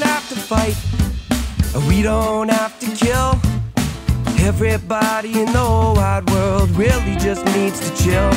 fight. We don't have to kill. Everybody in the whole wide world really just needs to chill.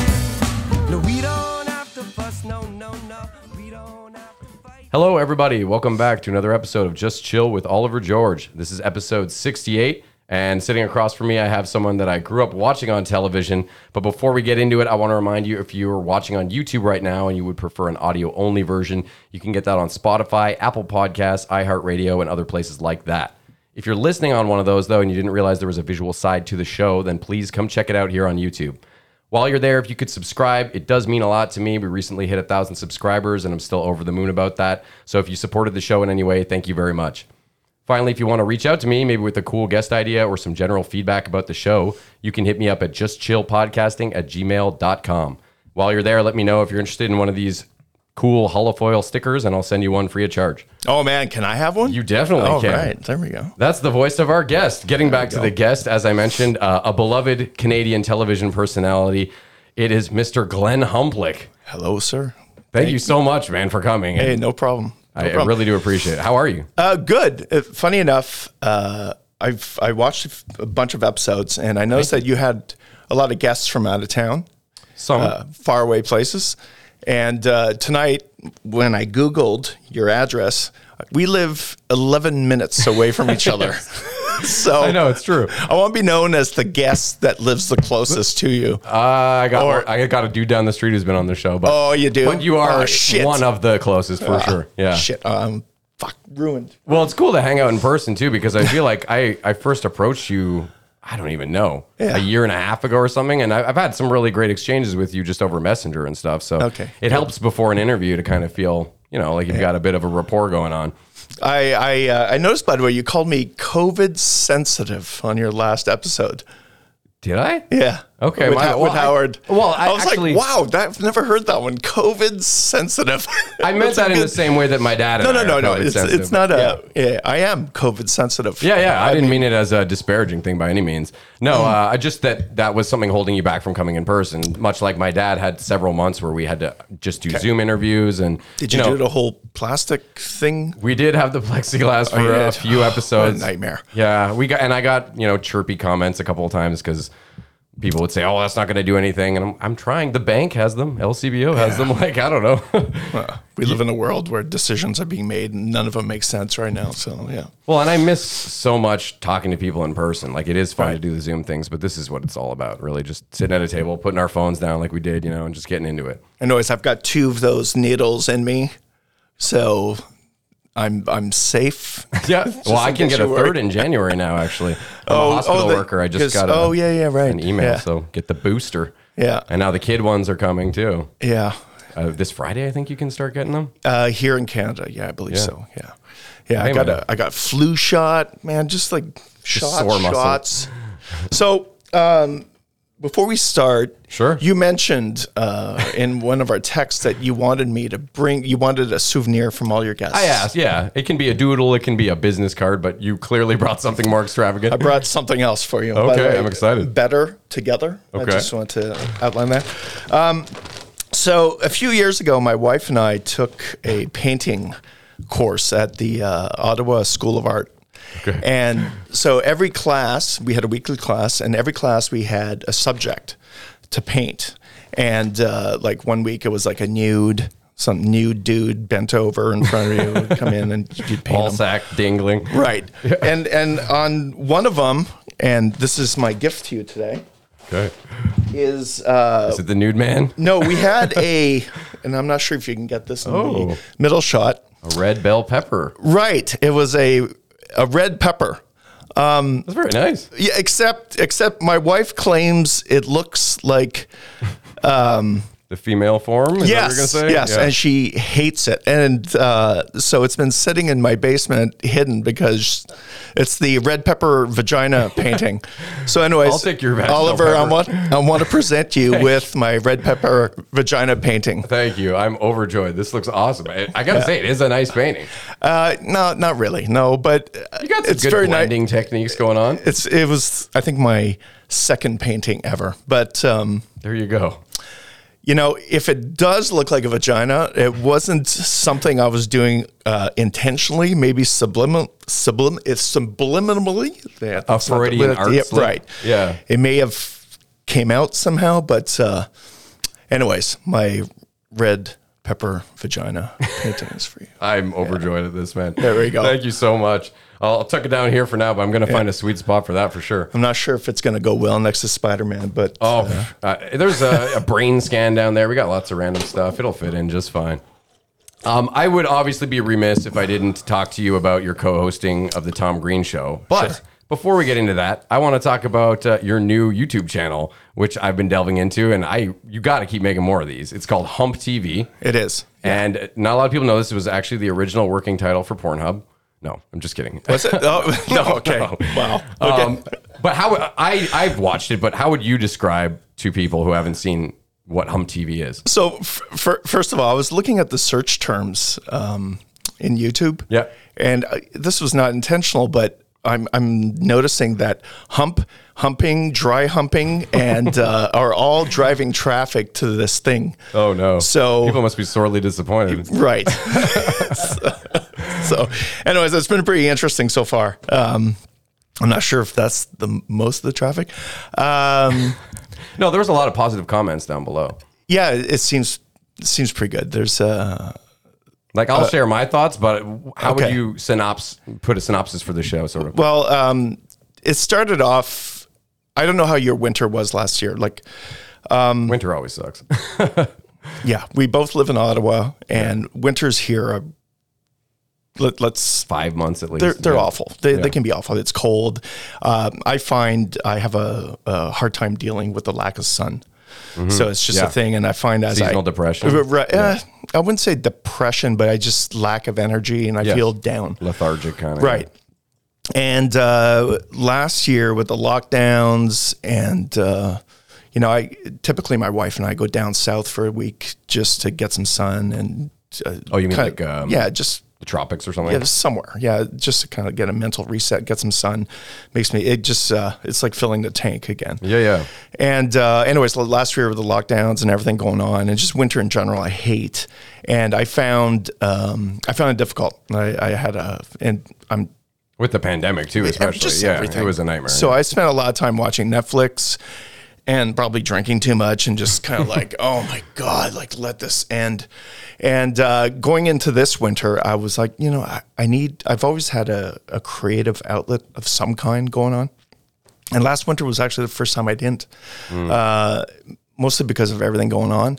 No, we don't have to fuss. No, no, no. We don't have to fight. Hello, everybody. Welcome back to another episode of Just Chill with Oliver George. This is episode 68. And sitting across from me, I have someone that I grew up watching on television. But before we get into it, I want to remind you if you are watching on YouTube right now and you would prefer an audio only version, you can get that on Spotify, Apple Podcasts, iHeartRadio, and other places like that. If you're listening on one of those, though, and you didn't realize there was a visual side to the show, then please come check it out here on YouTube. While you're there, if you could subscribe, it does mean a lot to me. We recently hit a thousand subscribers, and I'm still over the moon about that. So if you supported the show in any way, thank you very much. Finally, if you want to reach out to me, maybe with a cool guest idea or some general feedback about the show, you can hit me up at justchillpodcasting at gmail.com. While you're there, let me know if you're interested in one of these cool holofoil stickers, and I'll send you one free of charge. Oh man, can I have one? You definitely All can. right, there we go. That's the voice of our guest. Getting back to the guest, as I mentioned, uh, a beloved Canadian television personality. It is Mr. Glenn Humplick. Hello, sir. Thank you so much, man, for coming. Hey, no problem. No I, I problem. really do appreciate it. How are you? uh, good. Uh, funny enough, uh, I've I watched a f- a bunch of episodes, and I noticed that you had a lot of guests from out of town, Some uh, faraway places. And uh, tonight, when I Googled your address, we live 11 minutes away from each other. so I know it's true. I want to be known as the guest that lives the closest to you. Uh, I got Or- I got a dude down the street who's been on the show, but Oh, you do? But you are Oh, shit. Uh, one of the closest for sure. Yeah. Shit, um, fuck, ruined. Well, it's cool to hang out in person too because I feel like I I first approached you. I don't even know Yeah. a year and a half ago or something, and I, I've had some really great exchanges with you just over Messenger and stuff. So Okay. it helps before an interview to kind of feel you know like you've got a bit of a rapport going on. I I, uh, I noticed by the way you called me COVID sensitive on your last episode. Did I? Yeah. Okay, With, my- Ho- well, with I- Howard. well, I was actually- like, wow, that, I've never heard that one. COVID sensitive. I meant That's a that in the good- same way that my dad. No, and no, I are no, no. COVID It's sensitive. it's not a. Yeah. I am COVID sensitive. Yeah, yeah. I, didn't mean it as a disparaging thing by any means. No, Mm. uh, I just that that was something holding you back from coming in person. Much like my dad had several months where we had to just do Zoom interviews, and Did you, know, do the whole plastic thing? we did have the plexiglass for Oh, you a did? few What a episodes. nightmare. Yeah, we got and I got you know chirpy comments a couple of times because people would say, "Oh, that's not going to do anything," and I'm, I'm trying. The bank has them. LCBO has them. Like I don't know. We live in a world where decisions are being made and none of them make sense right now. So yeah. well, and I miss so much talking to people in person. Like it is fun to do the Zoom things, but this is what it's all about. Really, just sitting at a table, putting our phones down like we did, you know, and just getting into it. And always, I've got two of those needles in me, so I'm I'm safe. Yeah. well, I in can case get a you third worry. in January now. Actually, I'm a hospital Oh, the- worker. I just 'cause- got. A, oh yeah, yeah, right. an email. Yeah, So get the booster. Yeah. And now the kid ones are coming too. yeah. Uh, this Friday, I think you can start getting them. Ah, Uh, here in Canada, yeah, I believe so. Yeah, yeah. I Hey, got man. a I got flu shot, man. Just like sore shots, muscle. shots. so um, before we start, Sure. You mentioned uh, in one of our texts that you wanted me to bring. You wanted a souvenir from all your guests. I asked. Yeah, it can be a doodle, it can be a business card, but you clearly brought something more extravagant. I brought something else for you. by the Okay, I'm excited. Better together. Okay. I just want to outline that. Um, so a few years ago, my wife and I took a painting course at the uh, Ottawa School of Art. Okay. And so every class, we had a weekly class, and every class we had a subject to paint. And uh, like one week, it was like a nude, some nude dude bent over in front of you, would come in and you'd paint Ball him. sack dangling. Right. And and on one of them, and this is my gift to you today, Okay. is uh, Is it the nude man? no, we had a, and I'm not sure if you can get this in Oh. the middle shot. A red bell pepper. Right. It was a a red pepper. That's very nice. Yeah, except except my wife claims it looks like The female form. Is yes, That what you're gonna say? yes, Yeah. and she hates it, and uh, so it's been sitting in my basement hidden because it's the red pepper vagina painting. So, anyways, I'll take your vaginal Oliver. I pepper. want I want to present you with my red pepper vagina painting. Thank you. I'm overjoyed. This looks awesome. I, I gotta say, it is a nice painting. Uh, no, not really, no, but uh, You got some it's good very nice. blending techniques going on. It's it was I think my second painting ever, but um, There you go. you know, if it does look like a vagina, it wasn't something I was doing uh, intentionally. Maybe sublimin, sublim, it's subliminally. Yeah, A that's not the- Freudian yeah, art slip. right? Yeah. it may have came out somehow, but uh, anyways, my red pepper vagina painting is for you. I'm overjoyed at this, man. There we go. Thank you so much. I'll, I'll tuck it down here for now, but I'm gonna find a sweet spot for that for sure. I'm not sure if it's going to go well next to Spider Man, but Oh, uh, there's a, a brain scan down there. We got lots of random stuff. It'll fit in just fine. Um, I would obviously be remiss if I didn't talk to you about your co-hosting of the Tom Green Show. But before we get into that, I want to talk about uh, your new YouTube channel, which I've been delving into, and I you got to keep making more of these. It's called Hump TV. it is. And not a lot of people know this. It was actually the original working title for Pornhub. No, I'm just kidding. Was it? Oh, no, okay. Wow. Okay. Um, but how I I've watched it, but how would you describe to people who haven't seen what Hum TV is? So, f- fir- first of all, I was looking at the search terms um, in YouTube. Yeah. And uh, this was not intentional, but I'm, I'm noticing that hump, humping, dry humping, and uh, are all driving traffic to this thing. Oh no! So- people must be sorely disappointed. Right. so, so, anyways, it's been pretty interesting so far. Um, I'm not sure if that's the most of the traffic. Um, No, there was a lot of positive comments down below. yeah, it it seems it seems pretty good. There's uh, Like I'll share my thoughts, but how would okay. you synops put a synopsis for the show? Sort of. Well, um, it started off. I don't know how your winter was last year. Like, Winter always sucks. yeah, we both live in Ottawa, and winters here are. Let, let's Five months at least. they're, they're Yeah. awful. They, they can be awful. It's cold. Um, I find I have a, a hard time dealing with the lack of sun. So it's just Mm-hmm. Yeah. a thing. And I find as Seasonal I, depression. R- r- uh, I wouldn't say depression, but I just lack of energy and I Yes. feel down. lethargic kind of Right. And uh, last year with the lockdowns, and uh, you know, I typically my wife and I go down south for a week just to get some sun and. Uh, Oh, you mean kinda- like, um, yeah, just The tropics or something. yeah, somewhere. Yeah, just to kind of get a mental reset, get some sun. Makes me it just uh, it's like filling the tank again. yeah, yeah. And uh, anyways, l- last year with the lockdowns and everything going on, and just winter in general, I hate. And I found um, I found it difficult. I, I had a and I'm With the pandemic too, especially. just yeah, everything. it was a nightmare. So I spent a lot of time watching Netflix and probably drinking too much and just kind of like, oh my God, like let this end. And uh, going into this winter, I was like, you know, I, I need, I've always had a, a creative outlet of some kind going on. And last winter was actually the first time I didn't, uh, mostly because of everything going on.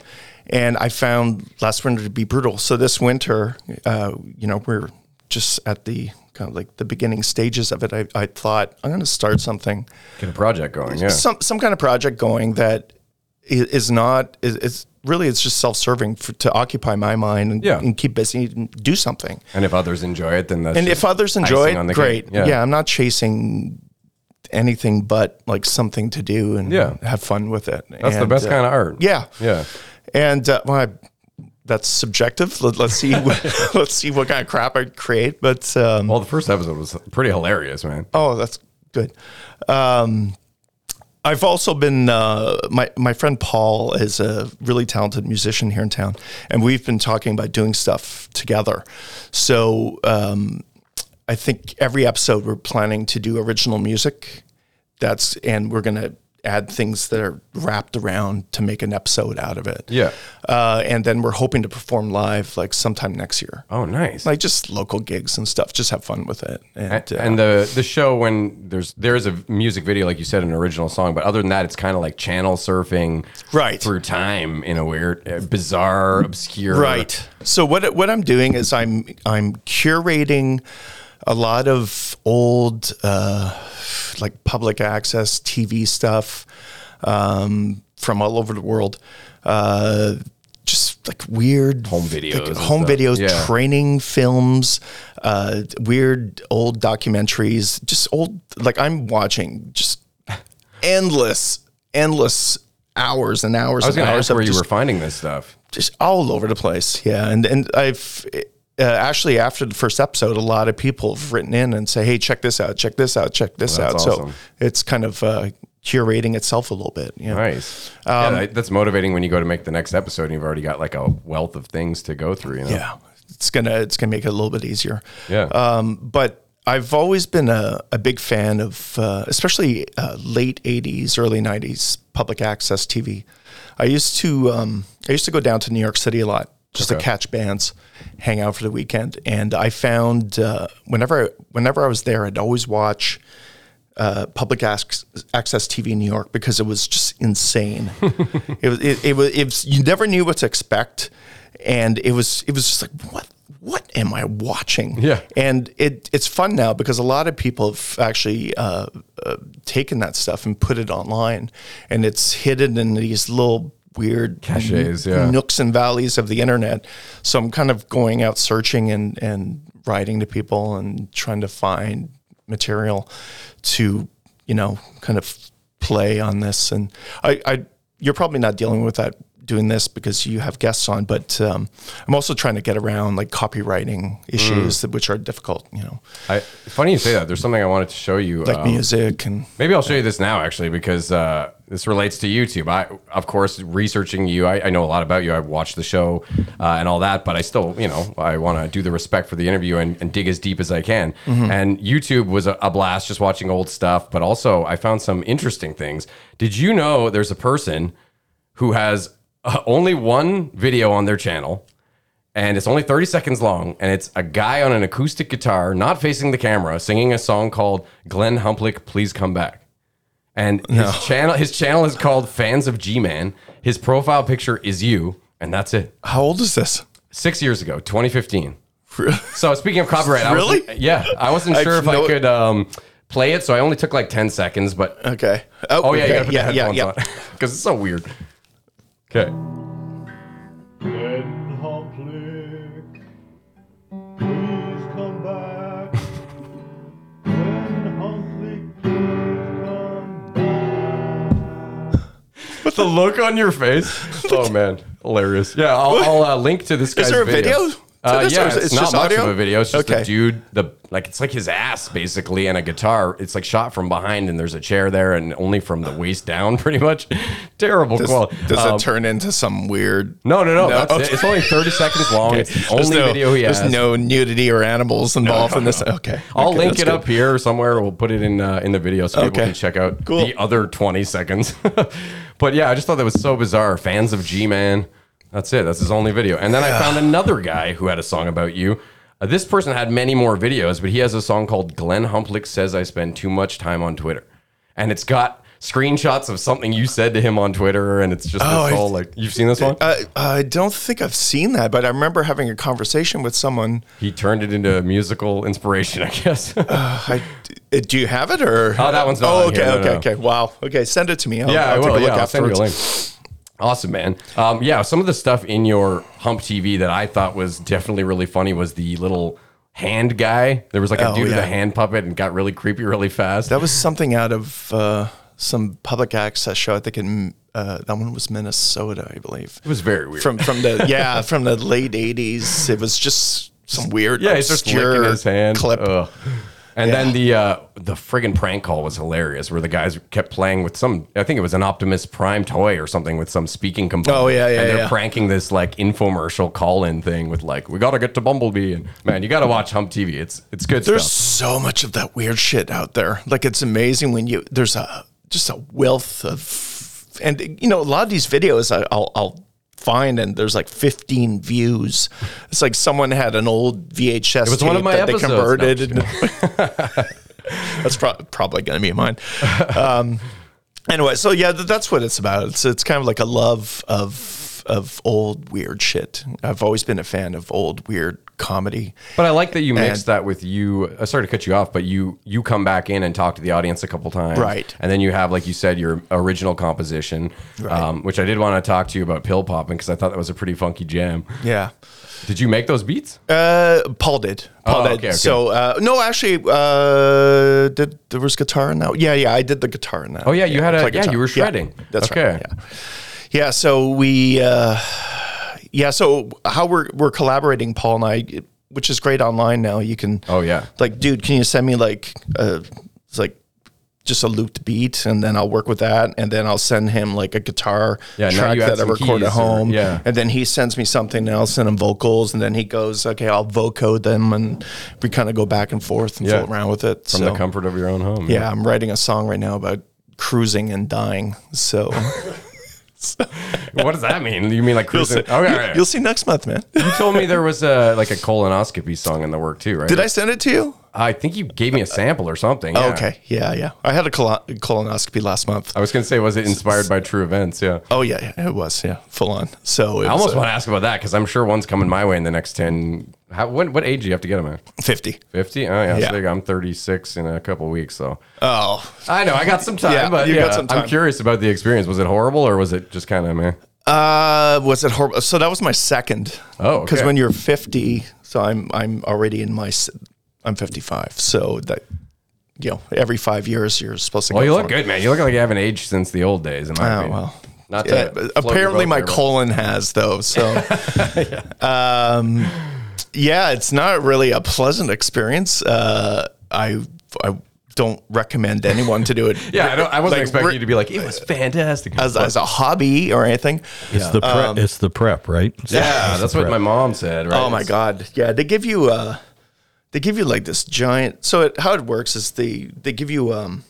And I found last winter to be brutal. So this winter, uh, you know, we're just at the kind of like the beginning stages of it. I, I thought I'm going to start something, get a project going. Yeah. some some kind of project going that i- is not is, is really it's just self serving to occupy my mind and, Yeah. and keep busy and do something. And if others enjoy it, then that's And just if others enjoy icing on the it, cake. great. Yeah. I'm not chasing anything but like something to do and Yeah. have fun with it. That's the best kind of art. uh, Yeah, Yeah. and uh, well, I, that's subjective. Let, let's see, what, let's see what kind of crap I create. But um, Well, the first episode was pretty hilarious, man. oh, that's good. Um, I've also been uh, my my friend Paul is a really talented musician here in town, and we've been talking about doing stuff together. So um, I think every episode we're planning to do original music. That's and we're gonna add things that are wrapped around to make an episode out of it. Yeah. uh, and then we're hoping to perform live like sometime next year, Oh, nice. like just local gigs and stuff. Just have fun with it. And, and, uh, and the the show when there's there is a music video, like you said, an original song, but other than that, it's kind of like channel surfing, Right. through time in a weird, uh, bizarre, obscure, Right. So what what I'm doing is I'm I'm curating a lot of old uh, like public access TV stuff um, from all over the world. Uh, just like weird Home videos and home stuff. videos, Yeah. training films, uh, weird old documentaries, just old. Like I'm watching just endless, endless hours and hours. I was and going to hours ask of where you just were finding this stuff. just all over the place. Yeah, and and I've uh, actually after the first episode, a lot of people have written in and say, "Hey, check this out! Check this out! Check this Well, out!" that's So awesome. it's kind of uh, curating itself a little bit. You know? Nice. Um, yeah, that- that's motivating when you go to make the next episode and you've already got like a wealth of things to go through. You know? Yeah, Um, it's gonna it's gonna make it a little bit easier. Yeah. but I've always been a, a big fan of, uh, especially uh, late '80s, early '90s public access TV. I used to um, I used to go down to New York City a lot just to catch bands, hang out for the weekend, and I found uh, whenever I, whenever I was there, I'd always watch uh, public ac- access TV in New York because it was just insane. it was it, it was it was you never knew what to expect, and it was it was just like what what am I watching? Yeah. and it it's fun now because a lot of people have actually uh, uh, taken that stuff and put it online, and it's hidden in these little weird Caches, yeah. Mm-hmm. nooks and valleys of the internet. So I'm kind of going out searching and and writing to people and trying to find material to you know kind of play on this. And I, I you're probably not dealing with that doing this because you have guests on, but um, I'm also trying to get around like copywriting issues Mm. that, which are difficult. You know, I, funny you say that. There's something I wanted to show you. like um, music and Maybe I'll show you this now, actually, because uh, this relates to YouTube. I, of course, researching you, I, I know a lot about you. I've watched the show uh, and all that, but I still, you know, I want to do the respect for the interview and, and dig as deep as I can. And YouTube was a, a blast just watching old stuff, but also I found some interesting things. Did you know there's a person who has uh, only one video on their channel? and it's only 30 seconds long and it's a guy on an acoustic guitar not facing the camera singing a song called glenn humplick please come back and his channel his channel is called fans of g-man his profile picture is you and that's it how old is this? six years ago 2015 so speaking of copyright Really? I wasn't, yeah i wasn't I sure if know i it. could um, play it so i only took like 10 seconds but Okay. oh yeah you gotta okay. put the headphones on because it's so weird okay Glenn Humplick, please come back. Glenn Humplick, please come back. But the look on your face. Oh man, hilarious. Yeah, I'll, I'll uh, link to this guy's there a video to Uh, this, yeah, or is it- it's, not it's just much of audio? a video. It's just a Okay. dude. The like, it's like his ass basically, and a guitar. It's like shot from behind, and there's a chair there, and only from the waist down, pretty much. Terrible Does, quality. does Um, it turn into some weird? no, no, no. No, that's it. okay. It's only 30 seconds long. It's the There's only no- video he has. There's no nudity or animals involved in this. Okay. I'll Okay, link it that's up here or somewhere. We'll put it in uh, in the video so people Okay. can check out Cool. the other 20 seconds. but yeah, I just thought that was so bizarre. Fans of G Man. That's it. That's his only video. And then I found another guy who had a song about you. Uh, this person had many more videos, but he has a song called Glenn Humplick Says I Spend Too Much Time on Twitter. And it's got screenshots of something you said to him on Twitter. And it's just Oh, I- this whole like, you've seen this one? good. Uh, I, I don't think I've seen that, but I remember having a conversation with someone. he turned it into musical inspiration, I guess. I, uh, do you have it or? Oh, that one's not on Oh, okay, here. No, okay, no. okay. Wow. Okay, send it to me. I'll, yeah, I I'll take will. a look yeah, I'll send you afterwards. a link. Awesome, man. Um, yeah, some of the stuff in your Hump TV that I thought was definitely really funny was the little hand guy. There was like a Oh, dude with yeah. a hand puppet and got really creepy really fast. That was something out of uh, some public access show. I think in uh, that one was Minnesota, I believe. it was very weird. From from the yeah from the late '80s. It was just some weird yeah, he's just licking obscure his hand. clip. Ugh. And then the uh, the friggin' prank call was hilarious, where the guys kept playing with some. I think it was an Optimus Prime toy or something with some speaking component. Oh, yeah, yeah, And they're yeah. pranking this like infomercial call in thing with like, we gotta get to Bumblebee, and man, you gotta watch Hump TV. It's it's good There's stuff. so much of that weird shit out there. Like it's amazing when you there's a just a wealth of, and you know a lot of these videos I, I'll I'll find and there's like 15 views. It's like someone had an old VHS. It was one of my that episodes. they No, converted. I'm just into- That's pro- probably going to be mine. Um, anyway, so yeah, th- that's what it's about. It's it's kind of like a love of of old weird shit. I've always been a fan of old weird comedy. But I like that you mixed And- that with you. Uh, sorry to cut you off, but you you come back in and talk to the audience a couple times, Right. And then you have, like you said, your original composition, um, which I did want to talk to you about pill popping because I thought that was a pretty funky jam. Yeah. Did you make those beats? Uh, Paul did. Paul Oh, did. okay, okay. So uh, no, actually, uh, did there was guitar in that? one? Yeah, yeah, I did the guitar in that. Oh yeah, you had a I yeah, play guitar. you were shredding. that's okay. right. Yeah. yeah, so we, uh, yeah, so how we're we're collaborating, Paul and I. which is great online now. You can Oh, yeah. like, dude, can you send me like a it's like just a looped beat, and then I'll work with that, and then I'll send him like a guitar Yeah, now track you add that I some record keys or- at home, yeah. and then he sends me something, and I'll send him vocals, and then he goes, okay, I'll vocode them, and we kind of go back and forth and Yeah. fool around with it. From so the comfort of your own home. yeah, I'm writing a song right now about cruising and dying. So What does that mean? You mean like you'll, see, cruising? Okay, all right. you'll see next month, man. You told me there was a like a colonoscopy song in the work too, right? Did I send it to you? I think you gave me a sample or something. yeah. Okay. Yeah, yeah. I had a colo- colonoscopy last month. I was gonna say, was it inspired by true events? Yeah. Oh yeah, yeah, it was yeah, full on. So it I was, almost uh, want to ask about that because I'm sure one's coming my way in the next ten. How, when, what age do you have to get them at? fifty. Fifty? Oh yeah, so Yeah. there you go. I'm 36 in a couple weeks, so Oh, I know I got some time. Yeah, but you yeah, got some I'm time. curious about the experience. Was it horrible or was it just kind of meh? uh, was it horrible? So that was my second. Oh, because okay. when you're fifty, so I'm I'm already in my s- I'm fifty five. So that you know, every five years you're supposed to. Well, go Oh, you for look it. good, man. You look like you haven't aged since the old days. In my Oh opinion. well. Not to Yeah, float your Uh, apparently boat my there, but- colon has though. So um yeah, it's not really a pleasant experience. Uh I I don't recommend anyone to do it. Yeah, I, don't, I wasn't Like, Uh, expecting we're- you to be like it was fantastic. as, as a hobby or anything. It's the prep. Um, it's the prep, right? yeah, that's what my mom said. Right? Oh my It's- god. Yeah, they give you uh they give you like this giant so it, how it works is they they give you um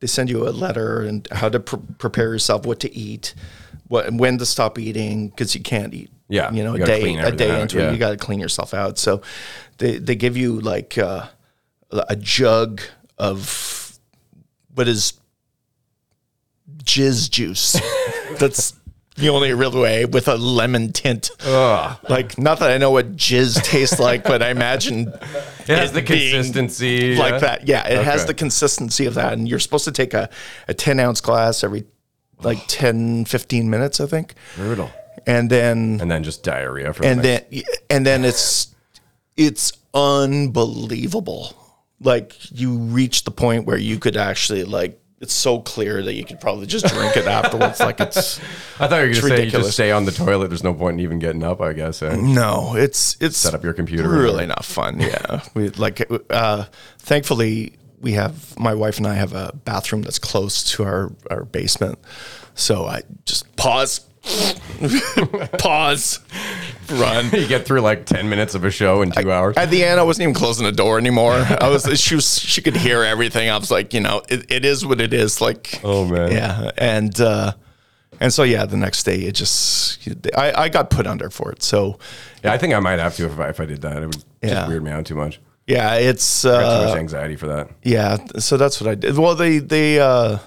they send you a letter and how to pr- prepare yourself what to eat what when to stop eating cuz you can't eat Yeah, you know you a gotta day clean a everything day out, into yeah. it you got to clean yourself out so they they give you like uh a jug of what is jizz juice that's the only real way with a lemon tint like not that I know what jizz tastes like, but I imagine It has it the being consistency yeah. like that. Yeah, it has Okay. the consistency of that. And you're supposed to take a, a 10 ounce glass every like 10, 15 minutes, I think. Brutal. And then And then just diarrhea for and the next. then and then it's it's unbelievable. Like you reach the point where you could actually like it's so clear that you could probably just drink it afterwards. Like it's I thought you were going to say it's you just ridiculous. stay on the toilet. There's no point in even getting up. I guess. eh? No, it's it's set up your computer. Really not fun. Yeah, we like. Uh, thankfully, we have my wife and I have a bathroom that's close to our our basement, so I just pause, pause, run. you get through like ten minutes of a show in two hours. At the end, I wasn't even closing the door anymore. I was she was she could hear everything. I was like, you know, it, it is what it is. Like, Oh, man. yeah, and uh, and so yeah, the next day it just I I got put under for it. So yeah, I think I might have to if I, if I did that. It would Yeah. just weird me out too much. yeah, it's I got too uh, much anxiety for that. Yeah, th- so that's what I did. Well, they they uh,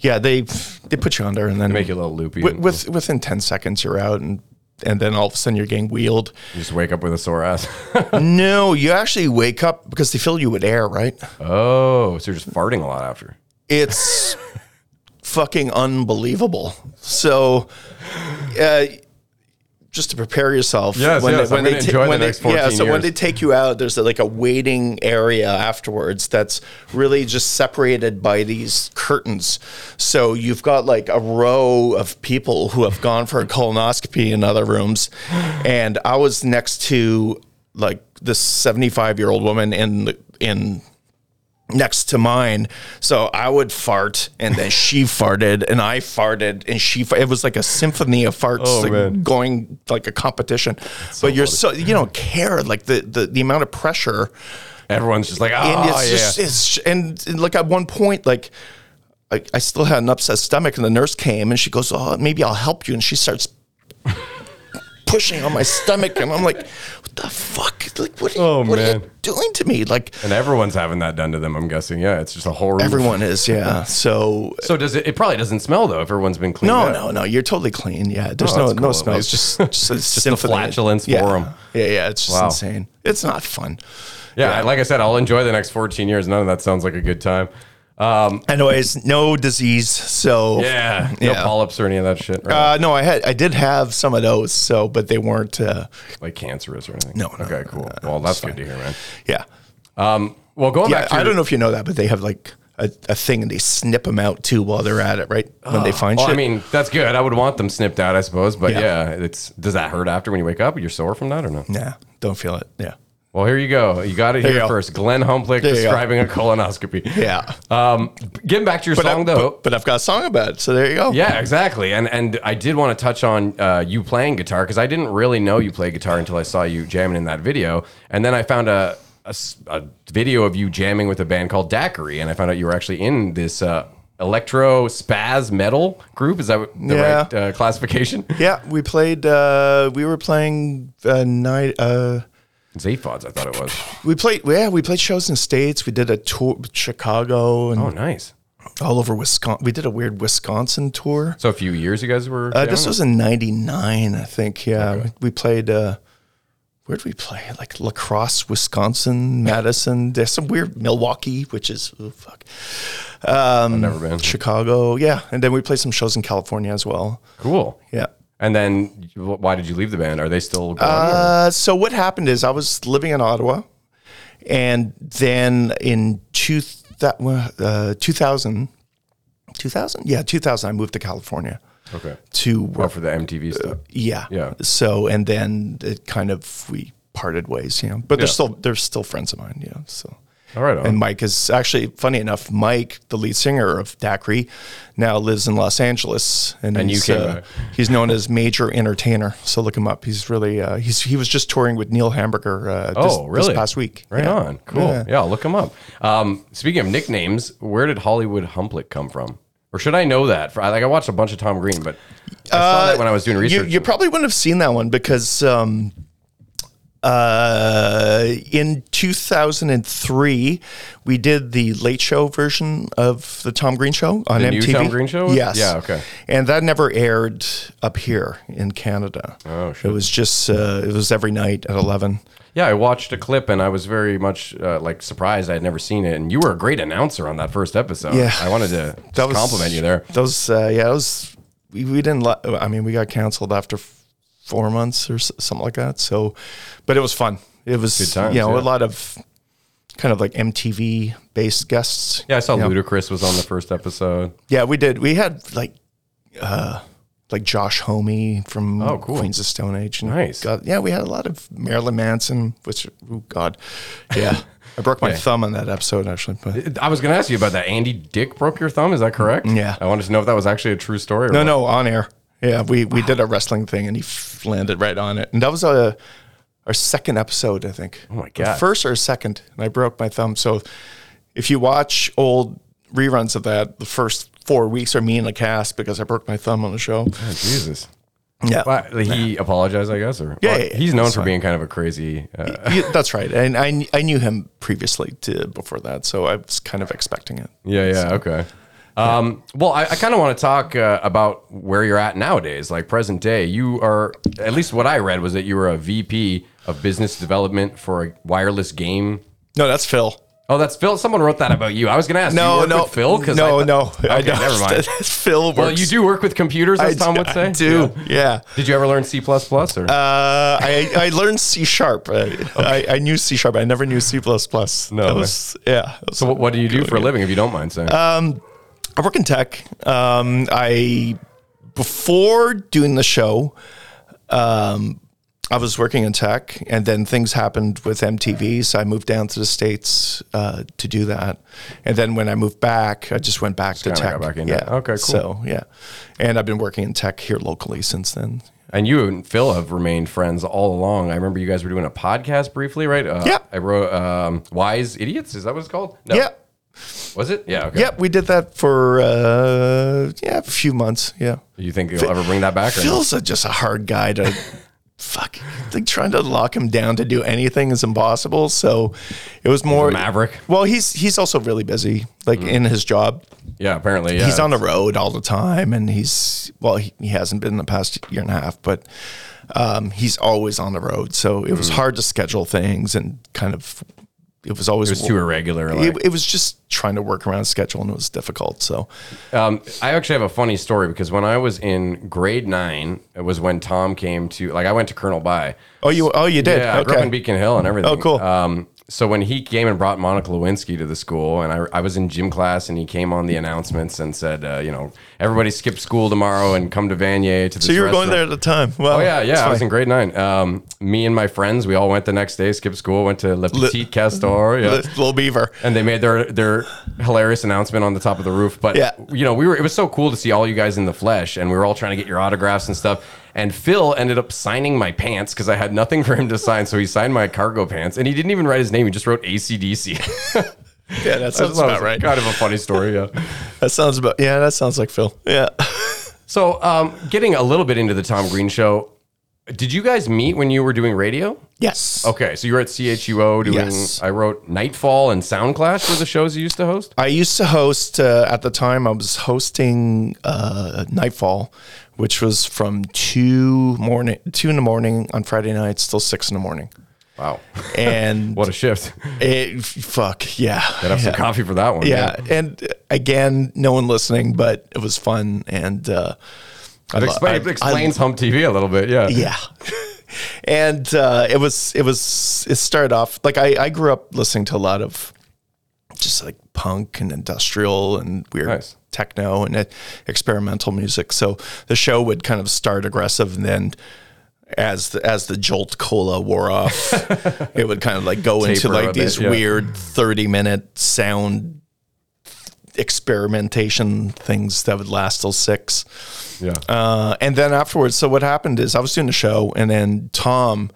yeah they they put you under and then Make you a little loopy. With, and with within ten seconds you're out and and then all of a sudden you're getting wheeled. you just wake up with a sore ass. no, you actually wake up because they fill you with air, right? oh, so you're just farting a lot after. It's fucking unbelievable. So. Uh, just to prepare yourself. Yes, yes, I'm gonna enjoy the when they- next yeah, 14 so when years. they take you out, there's like a waiting area afterwards that's really just separated by these curtains. So you've got like a row of people who have gone for a colonoscopy in other rooms, and I was next to like this 75 year old woman in the- in next to mine. So I would fart and then she farted and I farted and she fa- it was like a symphony of farts Oh, like, man. going like a competition. but you're so you don't care like the the, the amount of pressure Everyone's just like, oh and yeah. it's just it's and, and, like at one point like I, I still had an upset stomach and the nurse came and she goes oh maybe i'll help you and she starts pushing on my stomach and i'm like what the fuck like what are, you- Oh, what are man. you doing to me like and everyone's having that done to them. I'm guessing. Yeah, it's just a whole. everyone is yeah so So does it? It probably doesn't smell though. If everyone's been cleaned. no up. no no you're totally clean yeah there's Oh, no that's no cool. smell it's just just, a symphony. flatulence yeah. forum. yeah yeah it's just Wow. insane it's not fun Yeah, like I said, I'll enjoy the next 14 years. None of that sounds like a good time. Um, anyways no disease so yeah, no Yeah. polyps or any of that shit, right? Uh, no, I had I did have some of those, so but they weren't. Uh, like cancerous or anything. no, no, okay, no, cool. no, well, that's good to hear, man. yeah, Well, going yeah. back to I don't know if you know that, but they have like a, a thing and they snip them out too while they're at it, right? When they find Ah, Well, shit. I mean, that's good. I would want them snipped out, I suppose. But yeah. Yeah. it's does that hurt after when you wake up? You're sore from that or no? nah, don't feel it. Yeah, Well, here you go. You got it There here you go. first. Glenn Humplick There you go. describing a colonoscopy. Yeah. Um, getting back to your but, song I, though. but, but I've got a song about it. So there you go. Yeah, exactly. And and I did want to touch on uh, you playing guitar because I didn't really know you play guitar until I saw you jamming in that video, and then I found a. A, s- a video of you jamming with a band called Daiquiri, and I found out you were actually in this uh, electro spaz metal group. Is that what- the Yeah. right uh, classification? Yeah, we played. Uh, we were playing uh, night. Uh, Zaphods, I thought it was. we played. Yeah, we played shows in states. We did a tour Chicago and Oh, nice. all over Wisconsin. We did a weird Wisconsin tour. So a few years you guys were. Uh, jamming? this was in '99, I think. Yeah, we played. Uh, where did we play? Like Lacrosse, Wisconsin, Madison. There's some weird Milwaukee, which is oh, fuck. Um, never been. Chicago, yeah, and then we played some shows in California as well. cool. Yeah. And then wh- why did you leave the band? Are they still? Going or- Uh, so what happened is I was living in Ottawa, and then in two that uh, 2000, 2000, yeah, 2000, I moved to California okay. to Well, work. for the MTV stuff. yeah, yeah. So and then it kind of we parted ways, you know. But they're Yeah. still they're still friends of mine, yeah. So. All right. On. uh, And Mike is actually funny enough. Mike, the lead singer of Daiquiri, now lives in Los Angeles, and, And you he's, uh, came back. he's known as Major Entertainer. So look him up. He's really uh, he's he was just touring with Neil Hamburger. Uh, this, Oh, really? This past week. Right Yeah. on. Cool. Yeah, Yeah. look them up. Um, speaking of nicknames, where did Hollywood Humplick come from? Or should I know that? For, I- like I watched a bunch of Tom Green, but I saw that when I was doing Uh, You, research. you probably wouldn't have seen that one because um, uh, in 2003 we did the Late Show version of the Tom Green Show on The new MTV. Tom Green Show? Yes. Yeah, okay. And that never aired up here in Canada. Oh, shit. It was just uh, it was every night at 11. yeah, I watched a clip and I was very much uh, like surprised I had never seen it. And you were a great announcer on that first episode. Yeah. I wanted to just compliment you there. Those uh, yeah, those we, we didn't. Li- I mean, we got canceled after f- four months or s- something like that. So, but it was fun. It was Good times, you know yeah. a lot of kind of like MTV based guests. Yeah, I saw you know. Ludacris was on the first episode. Yeah, we did. We had like uh like Josh Homey from Oh, cool. Queens of Stone Age. and Nice. God, yeah, we had a lot of Marilyn Manson, which oh god, yeah. I broke my thumb on that episode actually. But. I was going to ask you about that. Andy Dick broke your thumb. Is that correct? Yeah. I wanted to know if that was actually a true story. Or No, what. no, on air. Yeah, we we did a wrestling thing, and he f- landed right on it. And that was a our second episode, I think. Oh my God. first or second, and I broke my thumb. So if you watch old reruns of that, the first four weeks are me in a cast because I broke my thumb on the show. Jesus. Yeah, Well, he apologized, I guess. Or Yeah, well, yeah, yeah, he's known that's for fine. being kind of a crazy. Uh, You- that's right. And I kn- I knew him previously to, before that, so I was kind of expecting it. yeah, yeah, okay. Um, well, I, I kind of want to talk uh, about where you're at nowadays, like present day. You are, at least what I read was that you were a VP of business development for a wireless game. No, that's Phil. Oh, that's Phil. Someone wrote that about you. I was going to ask. do you No, work no, with Phil. Because no, no. Okay, never mind. Phil works. Well, you do work with computers, as Tom would say. I do. Yeah. yeah. Did you ever learn C plus plus or? Uh, I, I learned C sharp. I, I, I knew C sharp. I never knew C plus plus. No that way. was yeah. that was- so what, what do you do for a living, if you don't mind saying? Uh, I work in tech. Um, I before doing the show, um, I was working in tech, and then things happened with MTV, so I moved down to the states uh, to do that. And then when I moved back, I just went back to kinda tech. got back into yeah. it. Okay, cool. So yeah, and I've been working in tech here locally since then. And you and Phil have remained friends all along. I remember you guys were doing a podcast briefly, right? Uh, Yeah. I wrote um, "Wise Idiots." Is that what it's called? No. Yeah. Was it? Yeah. Okay. Yep, we did that for uh, yeah a few months. Yeah, You think you'll ever bring that back? Or no? Phil's a, just a hard guy to fuck. Like trying to lock him down to do anything is impossible. So it was more maverick. Well, he's he's also really busy, like in his job. Yeah. Apparently, yeah. He's on the road all the time, and he's well, he, he hasn't been in the past year and a half, but um, he's always on the road. So it was Mm-hmm. hard to schedule things and kind of. It was always It was too irregular. Like. it, it was just trying to work around schedule and it was difficult. So Um, I actually have a funny story because when I was in grade nine, it was when Tom came to. Like, I went to Colonel By. oh you oh you did Yeah, I grew up in Beacon Hill and everything. Oh, cool. Um, so when he came and brought Monica Lewinsky to the school, and I, I was in gym class, and he came on the announcements and said, uh, you know, everybody skip school tomorrow and come to Vanier to. So you were going there at the time. Wow. Oh yeah, yeah. That's I was funny. in grade nine. Um, me and my friends, we all went the next day, skipped school, went to Le Petit Castor. Yeah. Little Beaver. and they made their their hilarious announcement on the top of the roof. But Yeah. you know, we were it was so cool to see all you guys in the flesh, and we were all trying to get your autographs and stuff. And Phil ended up signing my pants because I had nothing for him to sign, so he signed my cargo pants, and he didn't even write his name; he just wrote ACDC. Yeah, that sounds That was about right. Kind of a funny story, yeah. That sounds about. Yeah, that sounds like Phil. Yeah. So, um, getting a little bit into the Tom Green show, did you guys meet when you were doing radio? yes. Okay, so you were at CHUO doing. Yes. I wrote Nightfall and Sound Clash were the shows you used to host. I used to host uh, at the time. I was hosting uh, Nightfall, which was from two morning, two in the morning on Friday nights till six in the morning. Wow, And what a shift! it, fuck yeah, I'd have yeah. some coffee for that one. yeah. And uh, again, no one listening, but it was fun. And uh, I It, lo- explain, I- it I- explains Hump TV a little bit, yeah. yeah and uh, it was it was it started off like I, I grew up listening to a lot of just like punk and industrial and weird Nice. techno and uh, experimental music so the show would kind of start aggressive and then as the, as the jolt cola wore off it would kind of like go into Taper a like bit, these yeah. weird 30 minute sound experimentation things that would last till six yeah. uh, and then afterwards, so what happened is I was doing a show, and then Tom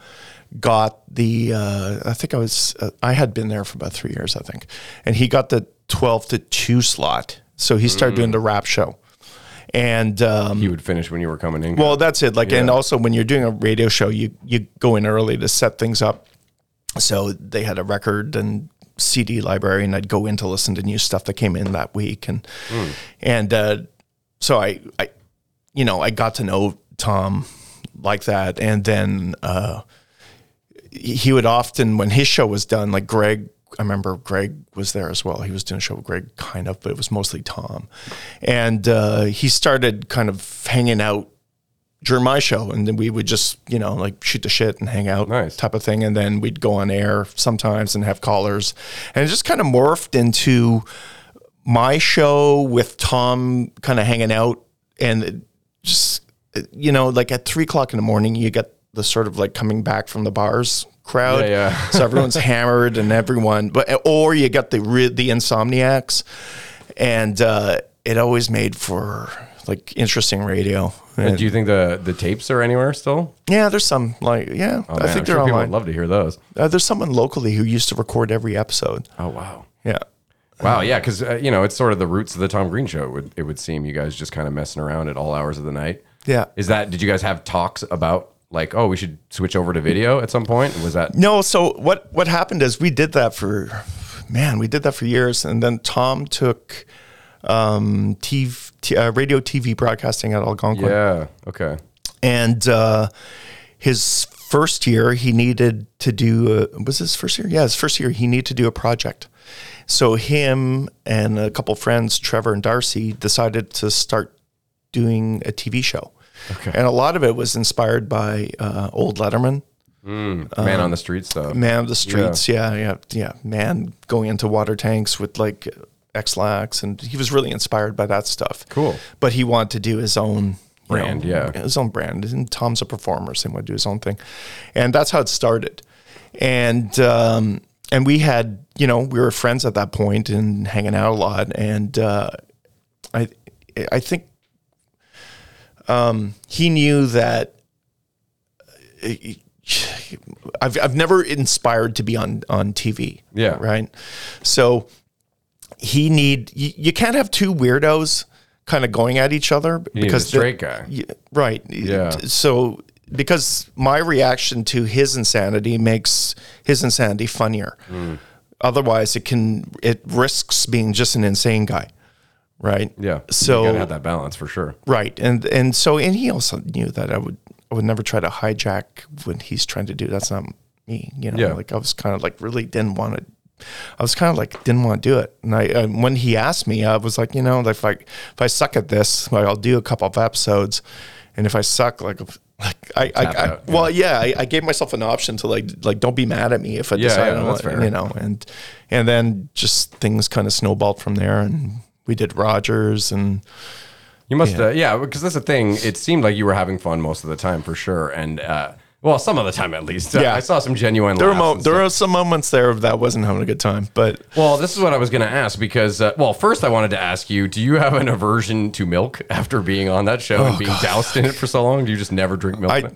got the. Uh, I think I was. Uh, I had been there for about three years, I think, and he got the twelve to two slot. So he started doing the rap show, and um, you would finish when you were coming in. well, that's it. Like, and also when you're doing a radio show, you you go in early to set things up. So they had a record and CD library, and I'd go in to listen to new stuff that came in that week, and and uh, so I I you know I got to know Tom like that, and then uh, he he would often when his show was done, like Greg. I remember Greg was there as well. He was doing a show with Greg, kind of, but it was mostly Tom. And uh, he started kind of hanging out during my show and then we would just you know like shoot the shit and hang out Nice. type of thing and then we'd go on air sometimes and have callers and it just kind of morphed into my show with tom kind of hanging out and it just you know like at three o'clock in the morning you get the sort of like coming back from the bars crowd Yeah, yeah. so everyone's hammered and everyone but or you get the re- the insomniacs and uh, it always made for like interesting radio And Uh, do you think the, the tapes are anywhere still? yeah, there's some like yeah. Oh, I man, I'm think they're sure people would online. love to hear those. uh, there's someone locally who used to record every episode. Oh, wow. Yeah, Wow, yeah, because, uh, you know, it's sort of the roots of the Tom Green show. It would, it would seem you guys just kind of messing around at all hours of the night. yeah. Is that, did you guys have talks about, like, oh, we should switch over to video at some point? Was that, No, so what what happened is we did that for man, we did that for years, and then Tom took um TV, t- uh, radio TV broadcasting at Algonquin. yeah, okay. and uh, his first year he needed to do a, was his first year yeah his first year he needed to do a project so him and a couple friends trevor and darcy decided to start doing a tv show okay. and a lot of it was inspired by uh, old letterman Man on the street stuff. um, man of the streets yeah yeah yeah man going into water tanks with like x-lax and he was really inspired by that stuff Cool. but he wanted to do his own you Brand, know, yeah. his own brand. And Tom's a performer, so he wanted to do his own thing, and that's how it started. And um, and we had, you know, we were friends at that point and hanging out a lot. And uh, I I think um, he knew that. uh, I've I've never inspired to be on on TV. Yeah. Right. So he need you, you can't have two weirdos kind of going at each other You need a because the- straight guy. y- right Yeah. so because my reaction to his insanity makes his insanity funnier Mm. otherwise it can it risks being just an insane guy right Yeah. So- you gotta have that balance for sure. right and and so and he also knew that i would i would never try to hijack what he's trying to do that's not me you know Yeah. like i was kind of like really didn't want to I was kind of like didn't want to do it, and I and when he asked me, I was like, you know, like if I if I suck at this, like I'll do a couple of episodes, and if I suck, like Like I, I, Tap I- out, yeah. well, yeah, I, I gave myself an option to like, like, don't be mad at me if I Yeah, decide yeah, I that's want, fair. you know, and and then just things kind of snowballed from there, and we did Rogers, and You must, yeah, uh, yeah, because that's the thing. It seemed like you were having fun most of the time, for sure, and uh, well, some of the time at least. Yeah. I saw some genuine. there were laughs mo- and there were some moments there that I wasn't having a good time, but Well, this is what I was going to ask because, uh, well, first I wanted to ask you: Do you have an aversion to milk after being on that show and being doused in it for so long? Do you just never drink milk? Oh, I- then?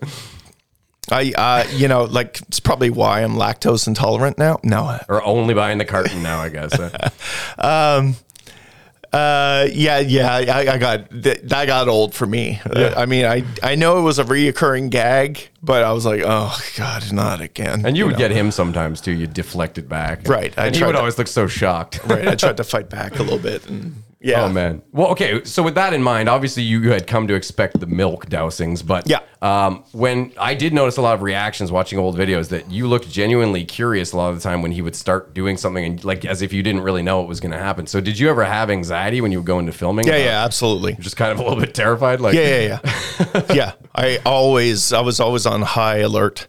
I, uh, you know, like it's probably why I'm lactose intolerant now. No, or only buying the carton now? I guess. Uh, uh, yeah, yeah, I, I got that, that got old for me. Uh, I mean, I I know it was a reoccurring gag, but I was like, oh god, not again. and you would know? get him sometimes too. You deflect it back, Right, I And he tried would to- always look so shocked. right. I tried to fight back a little bit, and yeah, Oh man. Well, okay. So with that in mind, obviously you you had come to expect the milk dousings, but Yeah. Um, when I did notice a lot of reactions watching old videos that you looked genuinely curious a lot of the time when he would start doing something and like as if you didn't really know what was going to happen. So did you ever have anxiety when you would go into filming? yeah, about- yeah, absolutely. Just kind of a little bit terrified, like Yeah, yeah, yeah, yeah. I always, I was always on high alert,